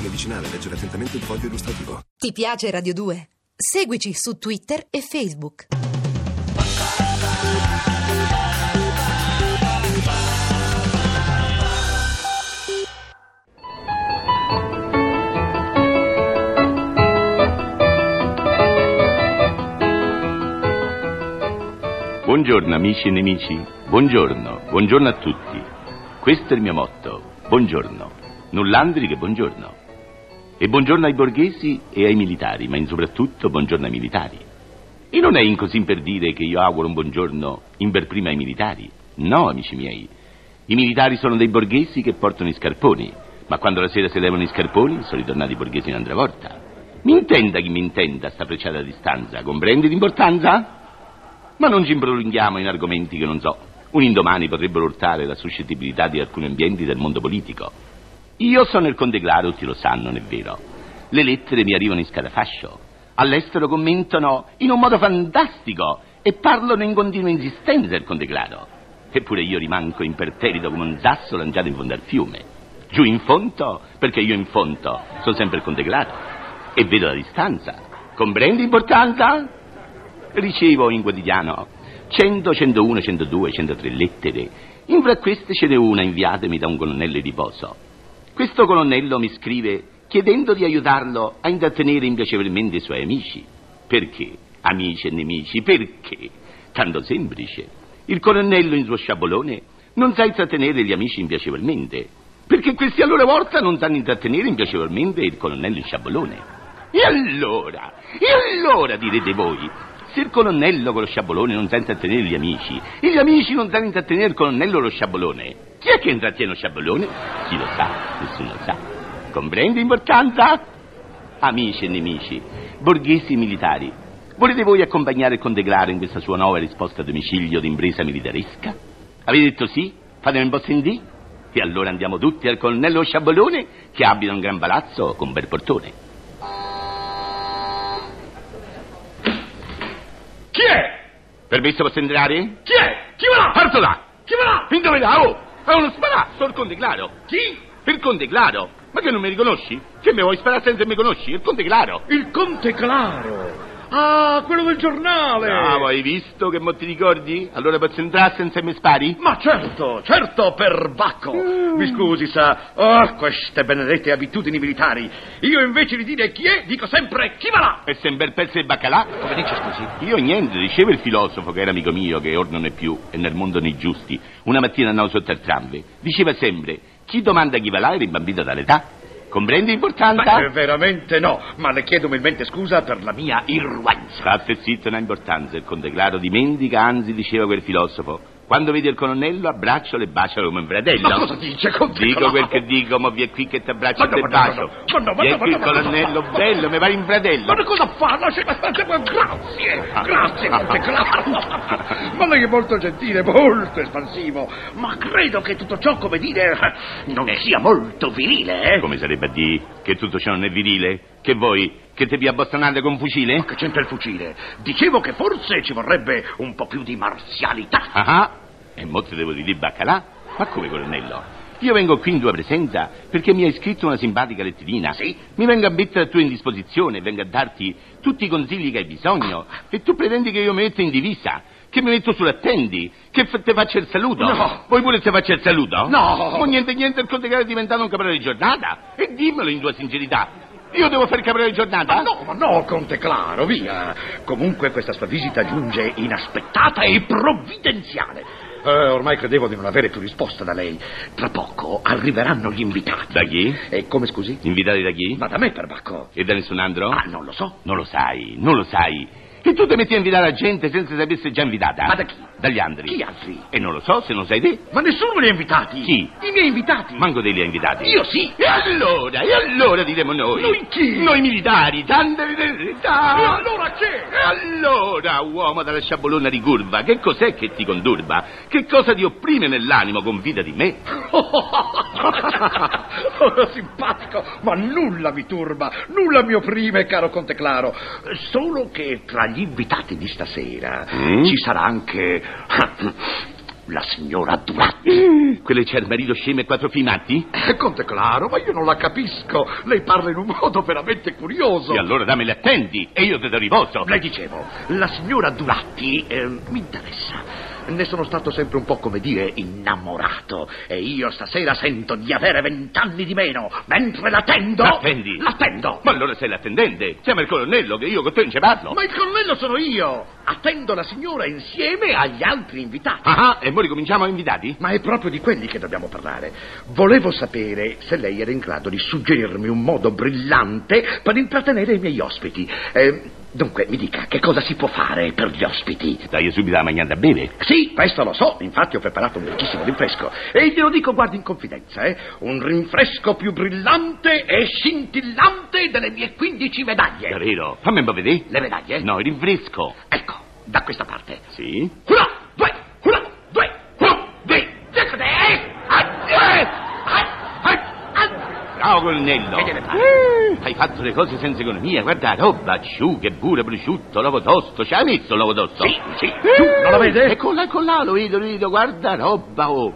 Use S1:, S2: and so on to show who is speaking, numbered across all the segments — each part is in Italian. S1: medicinale. Leggere attentamente il foglio illustrativo.
S2: Ti piace Radio 2? Seguici su Twitter e Facebook.
S3: Buongiorno amici e nemici, buongiorno, buongiorno a tutti. Questo è il mio motto, buongiorno. Null'andri che buongiorno. E buongiorno ai borghesi e ai militari, ma in soprattutto buongiorno ai militari. E non è in così per dire che io auguro un buongiorno in per prima ai militari. No, amici miei. I militari sono dei borghesi che portano i scarponi, ma quando la sera si levano i scarponi sono ritornati borghesi un'altra volta. Mi intenda chi mi intenda sta preciata distanza, comprendi l'importanza? Ma non ci prolunghiamo in argomenti che non so. Un indomani potrebbero urtare la suscettibilità di alcuni ambienti del mondo politico. Io sono il Conte Claro, tutti lo sanno, non è vero. Le lettere mi arrivano in scatafascio. All'estero commentano in un modo fantastico e parlano in continua insistenza del Conte Claro. Eppure io rimango imperterrito come un sasso lanciato in fondo al fiume. Giù in fondo, perché io in fondo sono sempre il Conte Claro e vedo la distanza. Comprendi l'importanza? ricevo in quotidiano 100, 101, 102, 103 lettere. In fra queste ce n'è una inviatemi da un colonnello di poso. Questo colonnello mi scrive chiedendo di aiutarlo a intrattenere impiacevolmente i suoi amici. Perché? Amici e nemici, perché? Tanto semplice. Il colonnello in suo sciabolone non sa intrattenere gli amici impiacevolmente, perché questi a loro volta non sanno intrattenere impiacevolmente il colonnello in sciabolone. E allora? E allora direte voi? Se il colonnello con lo sciabolone non sa intrattenere gli amici, e gli amici non sanno intrattenere il colonnello con lo sciabolone, chi è che intrattiene lo sciabolone? Chi lo sa? Nessuno lo sa. Comprende l'importanza? Amici e nemici, borghesi e militari, volete voi accompagnare il Conte Claro in questa sua nuova risposta a domicilio d'impresa militaresca? Avete detto sì? Fatemi un po' sentì? E allora andiamo tutti al colonnello sciabolone che abita un gran palazzo con un bel portone.
S4: Chi è?
S3: Permesso posso entrare?
S4: Chi è? Chi va là?
S3: Parto là!
S4: Chi va là?
S3: Fin dove là? Oh! È uno spalazzo, il Conte Claro!
S4: Chi?
S3: Il Conte Claro! Ma che non mi riconosci? Che mi vuoi sparare senza che mi conosci? Il Conte Claro!
S4: Il Conte Claro. Ah, quello del giornale.
S3: Bravo, hai visto che mo ti ricordi? Allora posso entrare senza che mi spari?
S4: Ma certo, certo, perbacco.
S3: Mm.
S4: Mi scusi, sa. Oh, queste benedette abitudini militari. Io invece di dire chi è, dico sempre chi va là.
S3: E se un bel pezzo di baccalà?
S5: Come dice, scusi?
S3: Io niente, diceva il filosofo che era amico mio, che or non è più, e nel mondo nei giusti. Una mattina andavo sotto al tram. Diceva sempre, chi domanda chi va là era rimbambito dall'età. Comprendi l'importanza?
S4: Beh, veramente no, ma le chiedo umilmente scusa per la mia irruenza.
S3: State zitto, non ha importanza. Il conte Claro dimentica, anzi, diceva quel filosofo. Quando vedi il colonnello, abbraccialo e bacialo come un fratello.
S4: Ma cosa dice, Conte
S3: Dico
S4: Claro?
S3: quel che dico, ma vi è qui che ti abbraccio
S4: Ma no,
S3: e ti
S4: ma no,
S3: bacio.
S4: ma no, ma no, ma
S3: Vi è
S4: no, ma
S3: qui il
S4: no, ma no,
S3: colonnello
S4: ma no.
S3: bello, mi pare un fratello.
S4: Ma cosa fa? Lascia la stanza qua. Grazie, grazie, Conte Claro. Ma lei è molto gentile, molto espansivo. Ma credo che tutto ciò, come dire, non sia molto virile, eh?
S3: Come sarebbe a dire che tutto ciò non è virile? Che voi, che te vi abbastonate con un fucile?
S4: Che c'entra il fucile? Dicevo che forse ci vorrebbe un po' più di marzialità.
S3: Ah ah, e mo te devo dire baccalà? Ma come colonnello? Io vengo qui in tua presenza perché mi hai scritto una simpatica letterina.
S4: Sì?
S3: Mi vengo a mettere a tua indisposizione, vengo a darti tutti i consigli che hai bisogno. E tu pretendi che io mi metta in divisa, che mi metto sull'attendi, che f- te faccia il saluto.
S4: No.
S3: Vuoi pure che te faccia il saluto?
S4: No.
S3: Ma niente niente, il conte Gare è diventato un caporale di giornata. E dimmelo in tua sincerità. Io devo fare il caporale di giornata?
S4: Ma no, ma no, Conte Claro, via. Comunque questa sua visita giunge inaspettata e provvidenziale. Eh, ormai credevo di non avere più risposta da lei. Tra poco arriveranno gli invitati.
S3: Da chi?
S4: E come scusi?
S3: Invitati da chi?
S4: Ma da me, perbacco.
S3: E da nessun altro?
S4: Ah, non lo so.
S3: Non lo sai, non lo sai. Che tu ti metti a invitare la gente senza sapere se è già invitata.
S4: Ma da chi?
S3: Dagli altri.
S4: Chi altri?
S3: E non lo so se non sai te.
S4: Ma nessuno li ha invitati.
S3: Chi?
S4: I miei invitati.
S3: Manco te li ha invitati.
S4: Io sì.
S3: E allora, e allora diremo noi.
S4: Noi chi?
S3: Noi militari, tante verità.
S4: E allora che?
S3: Ah. E allora, uomo dalla sciabolona di curva, che cos'è che ti condurba? Che cosa ti opprime nell'animo con vita di me?
S4: Oh, simpatico, ma nulla mi turba, nulla mi opprime, caro Conte Claro. Solo che tra gli invitati di stasera
S3: Mm?
S4: ci sarà anche La signora Durati.
S3: Quelle c'è il marito scemo e quattro figli matti?
S4: Eh, Conte Claro, ma io non la capisco. Lei parla in un modo veramente curioso.
S3: E allora dammele attendi e io te do riposo.
S4: Le dicevo, la signora Duratti eh, mi interessa. Ne sono stato sempre un po', come dire, innamorato. E io stasera sento di avere vent'anni di meno. Mentre l'attendo...
S3: L'attendi?
S4: L'attendo.
S3: Ma allora sei l'attendente. Chiama il colonnello che io con te non ci parlo.
S4: Ma il colonnello sono io! Attendo la signora insieme agli altri invitati.
S3: Ah, ah, e ora cominciamo a invitati?
S4: Ma è proprio di quelli che dobbiamo parlare. Volevo sapere se lei era in grado di suggerirmi un modo brillante per intrattenere i miei ospiti. Eh, dunque, mi dica, che cosa si può fare per gli ospiti?
S3: Dai subito la mangiata a bere.
S4: Sì, questo lo so, infatti ho preparato un vecchissimo rinfresco. E glielo dico, guardi, in confidenza, eh. Un rinfresco più brillante e scintillante delle mie 15 medaglie.
S3: Davvero? Fammi un po' vedere.
S4: Le medaglie?
S3: Eh. No, il rinfresco.
S4: Ecco, da questa parte.
S3: Sì?
S4: Uno, due, uno, due, uno, due, tre, eh, ah, eh, ah, ah,
S3: Bravo colonnello. Eh,
S4: ah. Che ne pare?
S3: Hai fatto le cose senza economia, guarda la roba, acciughe, pure, prosciutto, l'uovo tosto, ci hai messo l'uovo tosto?
S4: Sì, sì, giù, non la
S3: E
S4: vede?
S3: con là, con là, lo vedo, lo vedo, guarda roba, oh.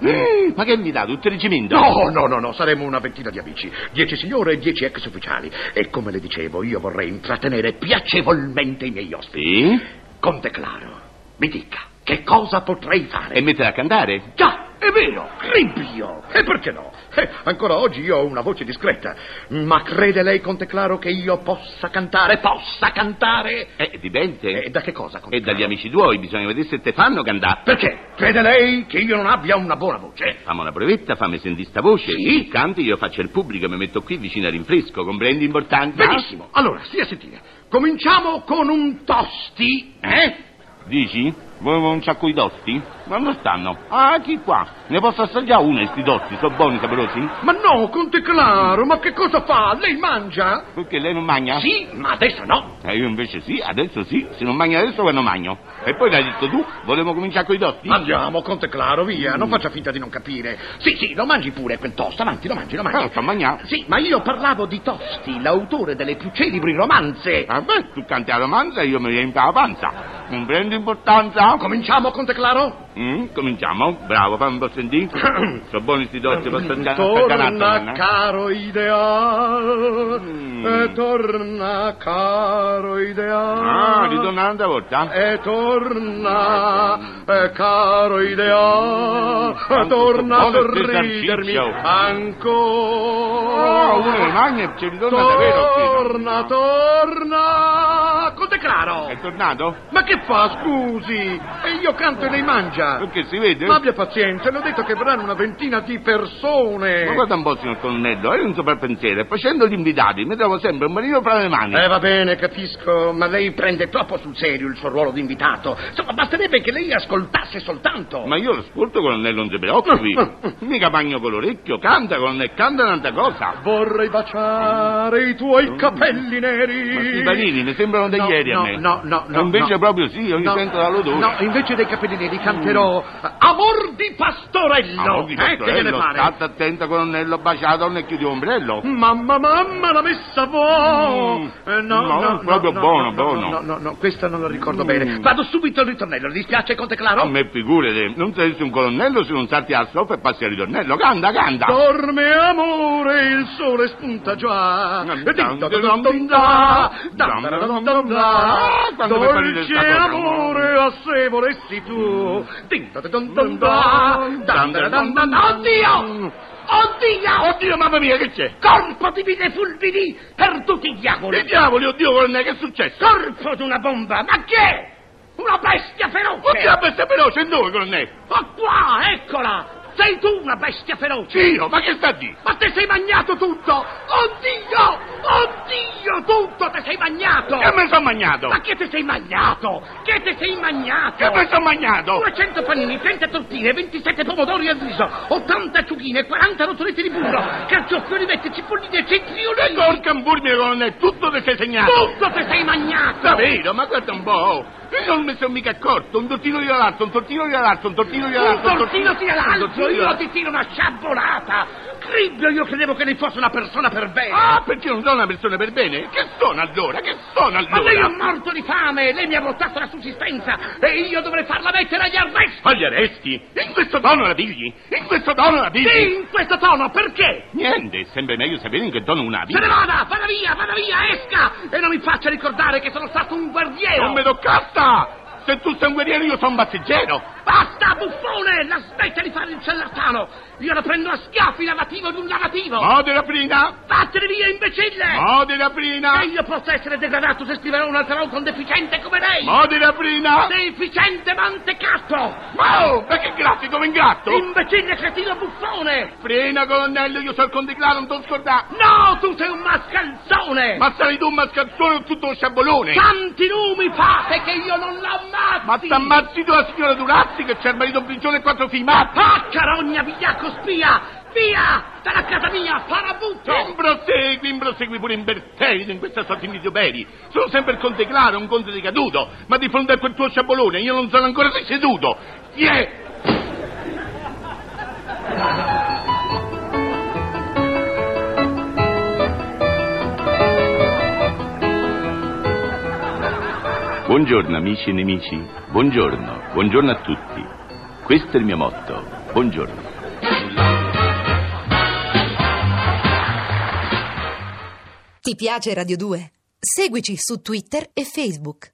S3: Ma che mi dà, tutto il reggimento?
S4: No, no, no, no, saremo una ventina di amici, dieci signore e dieci ex ufficiali. E come le dicevo, io vorrei intrattenere piacevolmente i miei ospiti.
S3: Sì?
S4: Conte Claro, mi dica, che cosa potrei fare?
S3: E metterla a cantare?
S4: Già, è vero, rimpio! E perché no? Eh, ancora oggi io ho una voce discreta. Ma crede lei, Conte Claro, che io possa cantare? Possa cantare?
S3: Eh, dipende.
S4: E da che cosa, Conte
S3: E dagli
S4: Claro?
S3: amici tuoi, bisogna vedere se te fanno cantare.
S4: Perché? Crede lei che io non abbia una buona voce?
S3: Fammi una provetta, fammi sentire sta voce.
S4: Sì.
S3: Tu Canti, io faccio il pubblico e mi metto qui vicino al rinfresco, comprendi importante?
S4: Benissimo. Allora, stia a sentire. Cominciamo con un tosti, eh?
S3: Dici? Vuoi un sacco di tosti? Ma dove stanno? Ah, chi qua? Ne posso assaggiare uno di sti tosti, sono buoni, saperosi?
S4: Ma no, Conte Claro, ma che cosa fa? Lei mangia?
S3: Perché lei non mangia?
S4: Sì, ma adesso no.
S3: E io invece sì, adesso sì, se non mangio adesso quando mangio. E poi l'hai detto tu, volevo cominciare coi tosti?
S4: Andiamo, Conte Claro, via,
S3: Mm.
S4: non faccia finta di non capire. Sì, sì, lo mangi pure quel tosto, avanti, lo mangi, lo
S3: Ah,
S4: mangi.
S3: sto a mangiare.
S4: Sì, ma io parlavo di Tosti, l'autore delle più celebri romanze.
S3: Ah beh, tu canti la romanza e io mi riempio la panza. Non prendo importanza?
S4: Cominciamo, Conte Claro?
S3: Mm, cominciamo, bravo, fammi un po' sentire. Sono buoni sti dotti, posso andare a
S4: Mm.
S3: eh?
S4: Torna
S3: caccanare.
S4: caro ideal,
S3: Mm.
S4: e torna caro ideal.
S3: Ah, ritorna un'altra volta.
S4: E torna, eh, caro ideal,
S3: Tanto
S4: torna a
S3: sto buono il
S4: sorridermi
S3: esercizio.
S4: ancora.
S3: Oh, uno lo mangia e ci ritorna davvero qui.
S4: Torna, torna, Conte Claro.
S3: È tornato?
S4: Ma che fa, scusi? E io canto e lei mangia.
S3: Perché si vede?
S4: Ma abbia pazienza, le ho detto che verranno una ventina di persone.
S3: Ma guarda un po', signor colonnello, io non so per pensiero, facendo gli invitati mi trovo sempre un marino fra le mani.
S4: Eh, va bene, capisco, ma lei prende troppo sul serio il suo ruolo di invitato. Insomma, basterebbe che lei ascoltasse soltanto.
S3: Ma io l'ascolto, colonnello, non si preoccupi. Mica bagno con l'orecchio, canta, colonnello, canta tanta cosa.
S4: Vorrei baciare i tuoi capelli neri.
S3: Mm. Ma i panini mi sembrano degli
S4: No,
S3: ieri a
S4: no,
S3: me.
S4: No, no, no.
S3: Invece
S4: no.
S3: proprio sì, io mi
S4: No,
S3: sento dall'odore.
S4: No, invece dei capelli neri canterò eh, Amor di Pastorello.
S3: Ah, oggi,
S4: Eh, che gliene
S3: Pastorello,
S4: pare?
S3: state attento, colonnello, baciato, non è chiudi ombrello.
S4: Mamma, mamma, la messa buona!
S3: Mm.
S4: Eh,
S3: No,
S4: no, no, no,
S3: proprio
S4: no,
S3: buono,
S4: no,
S3: buono.
S4: No, no, no, no, questa non la ricordo
S3: Mm.
S4: bene. Vado subito al ritornello, le dispiace, Conte Claro?
S3: A me figurate, non saresti un colonnello se non salti al soffa e passi al ritornello. Canta, canta!
S4: Dorme amore, il sole spunta già.
S3: Dum,
S4: E dum, dum, dum, dum, da. Dum, dum, dum, dum,
S3: Ah,
S4: da.
S3: quando mi parli del
S4: Dolce
S3: stato-
S4: amore, a se volessi tu. Dum, dum, dum, dum, da.
S3: Dum,
S4: Dum,
S3: dum,
S4: dum, dum,
S3: dum,
S4: dum. Oddio!
S3: dum.
S4: Oddio!
S3: Oddio, mamma mia, che c'è?
S4: Corpo di vite fulvidi per tutti i diavoli!
S3: Che diavoli, oddio, colonnello, che è successo?
S4: Corpo di una bomba! Ma che? è? Una bestia feroce!
S3: Oddio, la bestia veloce, dove, colonnello?
S4: Ma qua, eccola! Sei tu una bestia feroce!
S3: Ciro, ma che sta di?
S4: Ma te sei bagnato tutto! Oddio! Oddio! Tutto te sei bagnato!
S3: Che me sono mangiato?
S4: Ma che te sei magnato? Che te sei magnato?
S3: Che me sono mangiato?
S4: 200 panini, 30 tortine, 27 pomodori al riso, 80 ciuchine, 40 rotolette di burro, carciofi, vette, cipolline,
S3: E
S4: cetriolini!
S3: col camburmio, colonnello, tutto ti sei segnato.
S4: Tutto te sei magnato!
S3: Davvero, ma guarda un po', oh. io non mi sono mica accorto, un tortino di latte, un tortino di latte, un tortino di latte,
S4: Un tortino tira
S3: un
S4: l'altro,
S3: tortino di
S4: io
S3: latte.
S4: ti tiro una sciabolata!
S5: Scribbio, io credevo che lei fosse una persona per bene.
S3: Ah, perché non sono una persona per bene? Che sono allora? Che sono allora?
S5: Ma lei è morto di fame, lei mi ha votato la sussistenza e io dovrei farla mettere agli arresti.
S3: Agli arresti? In questo tono la pigli? In questo tono la pigli?
S5: Sì, in questo tono, perché?
S3: Niente, sembra meglio sapere in che tono una
S5: Se ne
S3: pigli.
S5: vada, vada via, vada via, esca e non mi faccia ricordare che sono stato un guerriero.
S3: Non me lo casta! Se tu sei un guerriero io sono un passeggero!
S5: Basta, buffone, la smetta di fare il ciarlatano. Io la prendo a schiaffi lavativo di un lavativo.
S3: Modera prima!
S5: Vattene via, imbecille!
S3: Modera
S5: Che
S3: prima!
S5: io possa essere degradato se scriverò un altro a un deficiente come lei!
S3: Modera prima!
S5: Deficiente mantecato!
S3: Ma oh, ma che grassi come un gatto!
S5: Imbecille cretino buffone!
S3: Frena, colonnello, io sono il conte Claro, non ti scordare!
S5: No, tu sei un mascalzone!
S3: Ma sarai tu un mascalzone o tutto un sciabolone?
S5: Tanti lumi fate che io non l'ammazzi!
S3: Ma t'ammazzi tu la signora Durazzi che c'è il marito in prigione e quattro figli, ma...
S5: Pacca rogna, vigliacco spia! Via! Dalla casa mia, farabutto!
S3: Imbrosegui, imbrosegui pure in Bertelli in questa sorta di misioperii. Sono sempre il conte Claro, un conte decaduto, ma di fronte a quel tuo sciabolone io non sono ancora seduto. Yeah!
S6: Buongiorno amici e nemici, buongiorno, buongiorno a tutti. Questo è il mio motto, buongiorno.
S2: Ti piace Radio 2? Seguici su Twitter e Facebook.